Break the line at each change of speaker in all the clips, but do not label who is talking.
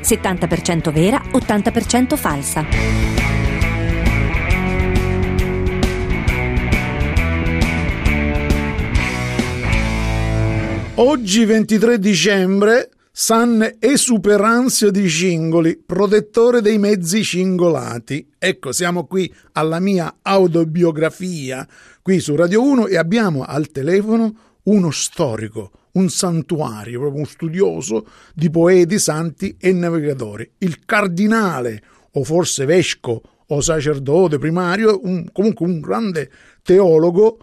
70% vera, 80% falsa.
Oggi 23 dicembre, San Esuperanzio di Cingoli, protettore dei mezzi cingolati. Ecco, siamo qui alla mia autobiografia, qui su Radio 1 e abbiamo al telefono uno storico, un santuario, proprio un studioso di poeti, santi e navigatori, il cardinale o forse vescovo o sacerdote primario, un- comunque un grande teologo,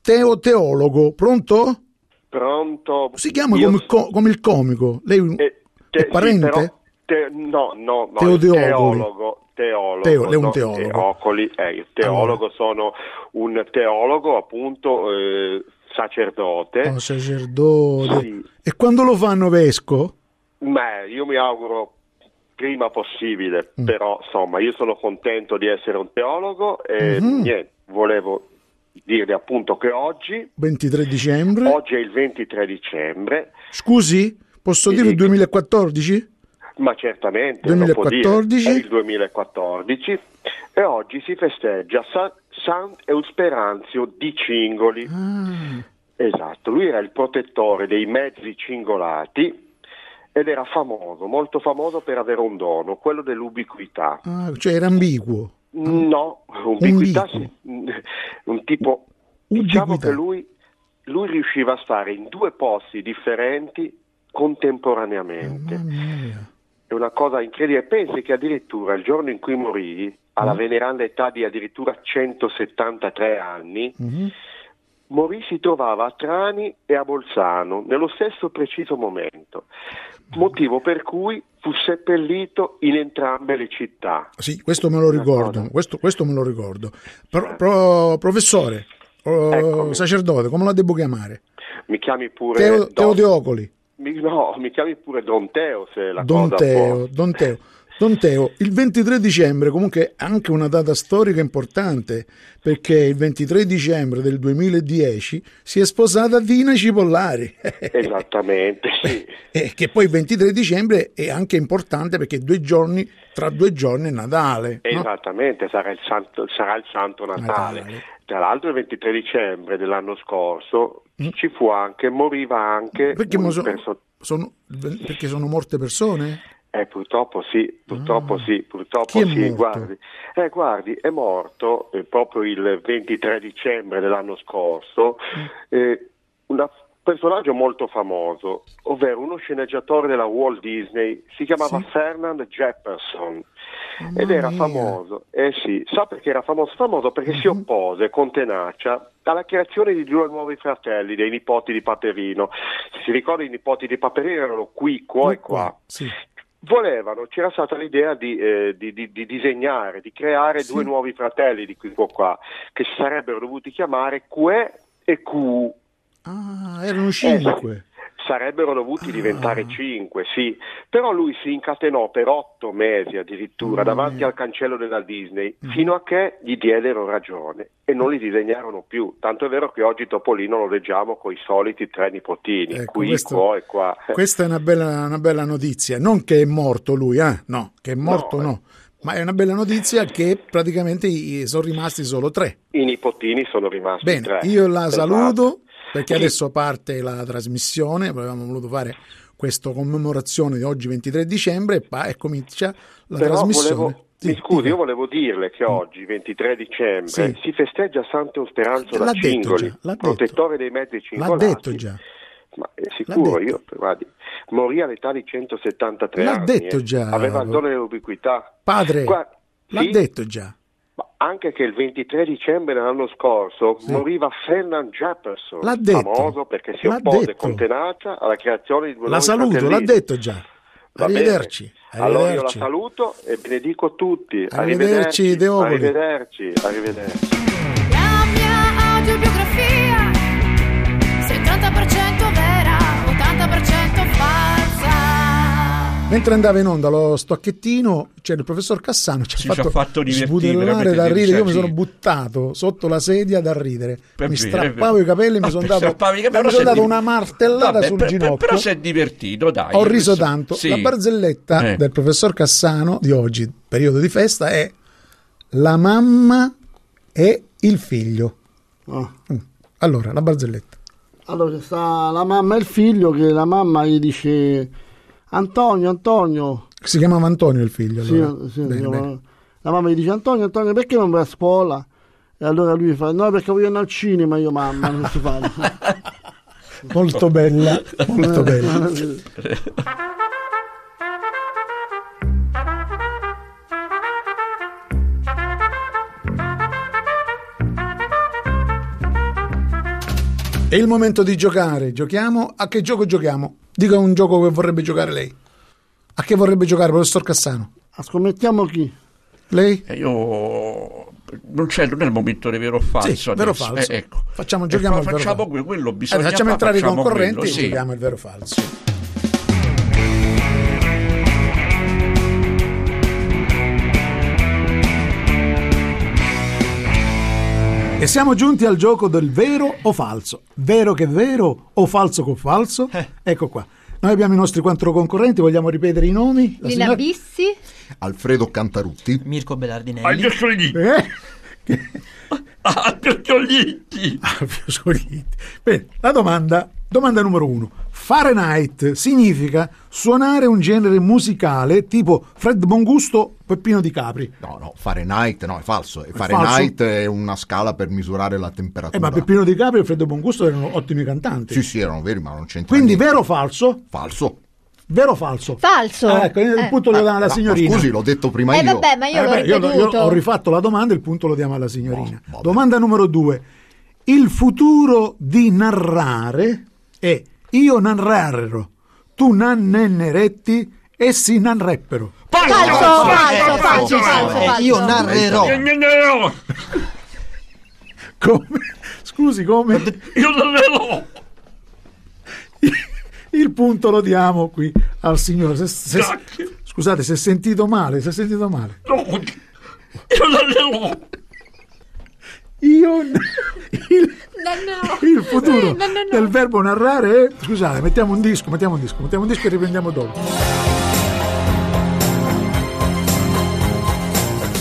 teo teologo, pronto?
Pronto?
Si chiama
Io-
come, il co- come il comico. Lei
Eh, te-
è
sì,
parente?
però- te- no, no, no,
Teodeocoli.
il teologo. Teologo,
Teo- lei è un
no,
teologo.
Teocoli, eh, il teologo sono un teologo appunto eh, sacerdote.
Oh, sacerdote.
eh, Sì.
E quando lo fanno vescovo?
Ma io mi auguro prima possibile,
Mm.
però insomma io sono contento di essere un teologo e
Mhm.
niente, volevo dirvi appunto che oggi,
Eh. 23 dicembre.
oggi è il 23 dicembre,
Scusi, posso
Sì,
dire il
dica.
2014?
Ma certamente, lo può dire.
2014.
è il 2014 e oggi si festeggia San, San Eusperanzio di Cingoli.
Ah,
Esatto, lui era il protettore dei mezzi cingolati ed era famoso, molto famoso per avere un dono, quello dell'ubiquità.
ah, cioè era ambiguo.
No,
Ubiquo.
ubiquità, sì, un tipo, diciamo
Ubiquità.
che lui, lui riusciva a stare in due posti differenti contemporaneamente.
Oh, Mamma mia.
È una cosa incredibile. Pensi che addirittura il giorno in cui morì, alla
Mm.
veneranda età di addirittura 173 anni,
Mhm.
morì si trovava a Trani e a Bolzano nello stesso preciso momento, motivo per cui fu seppellito in entrambe le città.
Sì, questo me lo ricordo.
D'accordo.
Questo, questo me lo ricordo. Pro- pro- professore, oh,
Eccomi.
sacerdote, come la devo chiamare?
Mi chiami pure
Teo,
Don-
Teodeocoli.
Mi- no, mi chiami pure Don Teo se la
Don
cosa
Teo,
può-
Don Teo. Don Teo, il 23 dicembre comunque è anche una data storica importante perché il 23 dicembre del 2010 si è sposata Dina Cipollari.
Esattamente, sì.
E che poi il 23 dicembre è anche importante perché due giorni, tra due giorni è Natale. Eh, no?
Esatto, Esattamente, sarà il Santo, sarà il Santo Natale.
Natale.
Tra l'altro il 23 dicembre dell'anno scorso ci fu anche, moriva anche...
Mm. Perché,
un
mo so-
perso-
sono, perché sono morte persone?
eh, purtroppo sì, purtroppo
Ah.
sì, purtroppo
Chi è
sì.
morto?
Guardi, Eh, guardi, è morto eh, proprio il 23 dicembre dell'anno scorso
Mm.
eh, una- un personaggio molto famoso, ovvero uno sceneggiatore della Walt Disney, si chiamava
Sì.
Fernand Jefferson
Mamma
ed era
mia. Mm-hmm.
famoso, eh sì, sa perché era famoso? Famoso perché si oppose con tenacia alla creazione di due nuovi fratelli, dei nipoti di Paperino. Se si ricorda i nipoti di Paperino erano qui, qua e qua
Sì.
volevano, c'era stata l'idea di, eh, di- di- di disegnare, di creare
Sì.
due nuovi fratelli di qui qua, qua che si sarebbero dovuti chiamare Que e Q.
Ah, erano cinque.
Esatto. Sarebbero dovuti
Ah.
diventare cinque, sì. Però lui si incatenò per otto mesi
Mamma
addirittura davanti
mia.
al cancello della Disney,
Mm.
fino a che gli diedero ragione e non li disegnarono più. Tanto è vero che oggi Topolino lo leggiamo con i soliti tre nipotini,
Ecco,
qui,
questo-
qua e qua.
Questa è una bella, una bella notizia, non che è morto lui, eh? no, che è morto no,
No, eh.
ma è una bella notizia che praticamente i- sono rimasti solo tre.
I nipotini sono rimasti
Bene,
tre.
io la
Esatto.
saluto perché
Sì.
adesso parte la trasmissione, avevamo voluto fare questa commemorazione di oggi 23 dicembre e, pa- e comincia la
Però
trasmissione.
volevo,
Sì,
mi scusi,
dica.
io volevo dirle che oggi, 23 dicembre,
Sì.
si festeggia Santo Speranzo
L'ha
da
detto
Cingoli,
già, l'ha detto.
protettore dei mezzi
L'ha
cingolati.
detto già,
Ma è sicuro,
detto.
io guardi, morì all'età di 173
L'ha
anni.
detto
eh.
già. oh.
Aveva il dono dell'ubiquità.
padre,
Guarda,
l'ha
sì,
detto già.
ma anche che il 23 dicembre dell'anno scorso
Sì.
moriva Fernand Jefferson,
L'ha detto.
famoso perché si
L'ha
oppose
detto.
con tenacia alla creazione di due
La
nuovi
saluto, l'ha
fratellini.
detto già.
Va bene?
Arrivederci,
Allora io la
arrivederci.
saluto e benedico tutti.
Arrivederci,
Arrivederci,
Deogli.
arrivederci, arrivederci.
La mia autobiografia 70% vera, 80% falsa.
Mentre andava in onda lo stocchettino, c'era il professor Cassano, ci ha
Sì, ci
fatto,
ha fatto divertire,
sbudellare
veramente,
da ridere. Io mi
sì.
sono buttato sotto la sedia da ridere.
Per
mi
dire,
strappavo
per-
i capelli, mi
Ah,
sono
per
dato,
strappavi i capelli, però
mi
sei
sono dato
div-
una martellata
Vabbè,
sul
per- per-
ginocchio.
Però si è divertito, dai. eh,
Ho riso
Questo-
tanto.
sì.
La barzelletta
Eh.
del professor Cassano di oggi, periodo di festa, è la mamma e il figlio.
Ah.
Mm. Allora, la barzelletta.
Allora sta la mamma e il figlio che la mamma gli dice Antonio, Antonio,
Si chiamava Antonio il figlio.
Sì,
allora.
sì,
Bene,
io-
bene.
la mamma gli dice Antonio, Antonio perché non vai a scuola? E allora lui fa no perché voglio andare al cinema io mamma, non si fa.
Molto bella,
Eh.
molto bella. È il momento di giocare. Giochiamo? A che gioco giochiamo? Dica un gioco che vorrebbe giocare lei. A che vorrebbe giocare, professor Cassano?
Ah, Scommettiamo chi?
Lei?
E Eh, io non c'è, non è il momento di vero o falso.
Sì, vero o
adesso.
falso.
Eh, ecco.
Facciamo- giochiamo
Eh,
al
fa-
vero o
facciamo
falso.
que- quello, bisogna
Allora, facciamo
fa-
entrare i
facciamo
concorrenti
quello,
e
sì.
giochiamo il vero o falso. E siamo giunti al gioco del vero o falso. Vero che vero o falso con falso?
Eh.
Ecco qua. Noi abbiamo i nostri quattro concorrenti, vogliamo ripetere i nomi? La signora-
Bissi?
Alfredo Cantarutti,
Mirko Bellardinelli.
Agli Ossolitti,
Eh?
Ah,
agli Ossolitti.
Alfio Soliti. Bene, la domanda, domanda numero uno. Fahrenheit significa suonare un genere musicale tipo Fred Bongusto, Peppino di Capri. Eh,
no, no, Fahrenheit, no, è falso. È
falso?
Fahrenheit è una scala per misurare la temperatura.
Eh, ma Peppino di Capri e Fred Bongusto erano ottimi cantanti.
Sì, sì, erano veri, ma non c'entra
Quindi
niente.
vero o falso?
Falso.
Vero o falso?
Falso.
Ah, ecco, il
Eh.
punto lo dà
No,
alla
ma
signorina.
scusi, l'ho detto prima
Eh
io.
vabbè, ma io
Eh,
l'ho
beh, io,
ripetuto.
io ho rifatto la domanda e il punto lo diamo alla signorina.
No, vabbè.
domanda numero due. Il futuro di narrare è io narrarero, tu nanneneretti, essi nanreppero.
Falso, falso, falso, falso, falso.
Io
Io
narrerò.
narrerò,
Come? Scusi, come?
io narrerò.
Il punto lo diamo qui al signore. Se- se-
Grazie.
scusate, si è sentito male, si è sentito male.
No, io narrerò.
Io... il-
No,
il futuro
Eh, no, no, no.
del verbo narrare è... Scusate, mettiamo un disco, mettiamo un disco, mettiamo un disco e riprendiamo dopo.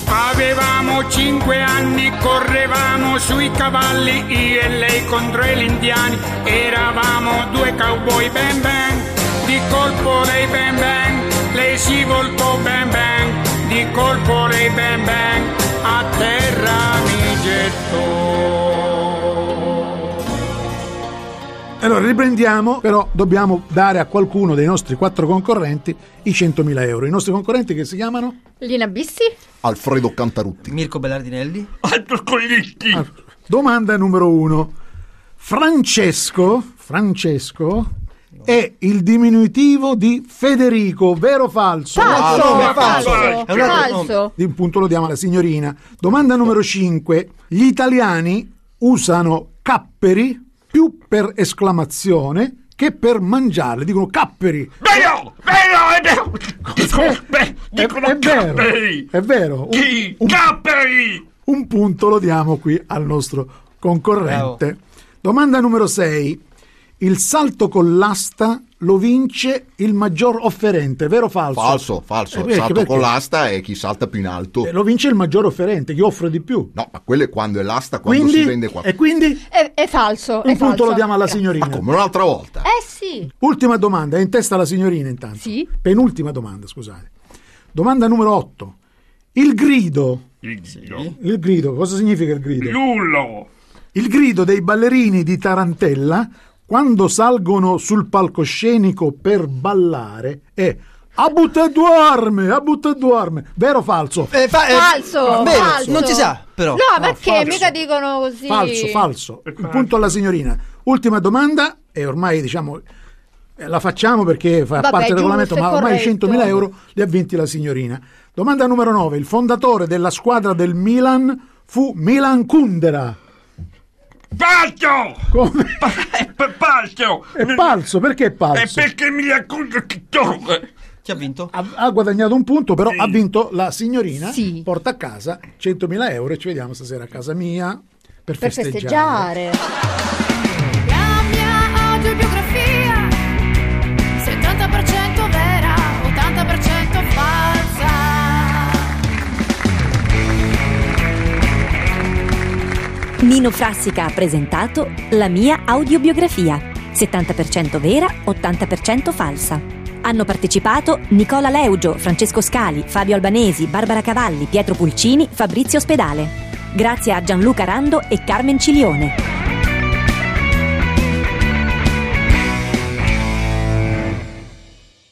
Avevamo cinque anni, correvamo sui cavalli, io e lei contro gli indiani, eravamo due cowboy ben ben, di colpo lei ben ben, lei si voltò ben ben, di colpo lei ben ben, a terra mi gettò.
Allora riprendiamo, però dobbiamo dare a qualcuno dei nostri quattro concorrenti i 100.000 euro. I nostri concorrenti che si chiamano?
Lina Bissi?
Alfredo Cantarutti.
Mirko Bellardinelli?
Agli Ossolitti.
Ah, Domanda numero uno. Francesco, Francesco è il diminutivo di Federico, vero o falso?
Falso,
no,
falso,
falso.
falso. falso.
Di un punto lo diamo alla signorina. Domanda numero 5. Gli italiani usano capperi più per esclamazione che per mangiare. Dicono capperi.
Vero, vero, è vero. Beh,
Eh, è,
Dicono
è vero,
capperi.
è vero. Un,
Chi? Capperi.
un punto lo diamo qui al nostro concorrente. Domanda numero 6. Il salto con l'asta lo vince il maggior offerente, vero o falso?
Falso, falso.
Eh,
Il
perché-
salto
perché?
con l'asta è chi salta più in alto.
Eh, Lo vince il maggior offerente, chi offre di più.
No, ma quello è quando è l'asta, quando
quindi,
si vende qua. Ah,
E quindi
È, è falso. è
un punto
falso.
lo diamo alla signorina.
Come un'altra volta.
Eh sì.
Ultima domanda, è in testa la signorina intanto.
Sì.
Penultima domanda, scusate. Domanda numero 8. Il grido, il grido, cosa significa il grido?
Eh, Lullo.
Il grido dei ballerini di Tarantella quando salgono sul palcoscenico per ballare è A butta e duerme, a butta e duerme. Vero o falso?
Eh,
Falso,
vero,
falso.
non
eh, si sa, però. No, ma che mica dicono così.
Falso, falso. Il punto alla signorina. Ultima domanda, e ormai diciamo Eh, La facciamo perché fa
Vabbè,
parte del
giusto,
regolamento,
è
ma ormai
corretto.
100.000 euro li ha vinti la signorina. Domanda numero 9. Il fondatore della squadra del Milan fu Milan Kundera.
Palzo!
Come? Eh,
È per palzo!
È palso, perché è
È
palso?
perché mi accuso che torre!
Chi ha vinto?
Ha, ha guadagnato un punto, però ha vinto la signorina. Porta a casa 100.000 euro e ci vediamo stasera a casa mia per,
per
festeggiare.
festeggiare.
La mia autobiografia 70% vera, 80% falsa
Mino Frassica ha presentato La mia audiobiografia, 70% vera, 80% falsa. Hanno partecipato Nicola Leugio, Francesco Scali, Fabio Albanesi, Barbara Cavalli, Pietro Pulcini, Fabrizio Spedale. Grazie a Gianluca Rando e Carmen Cilione.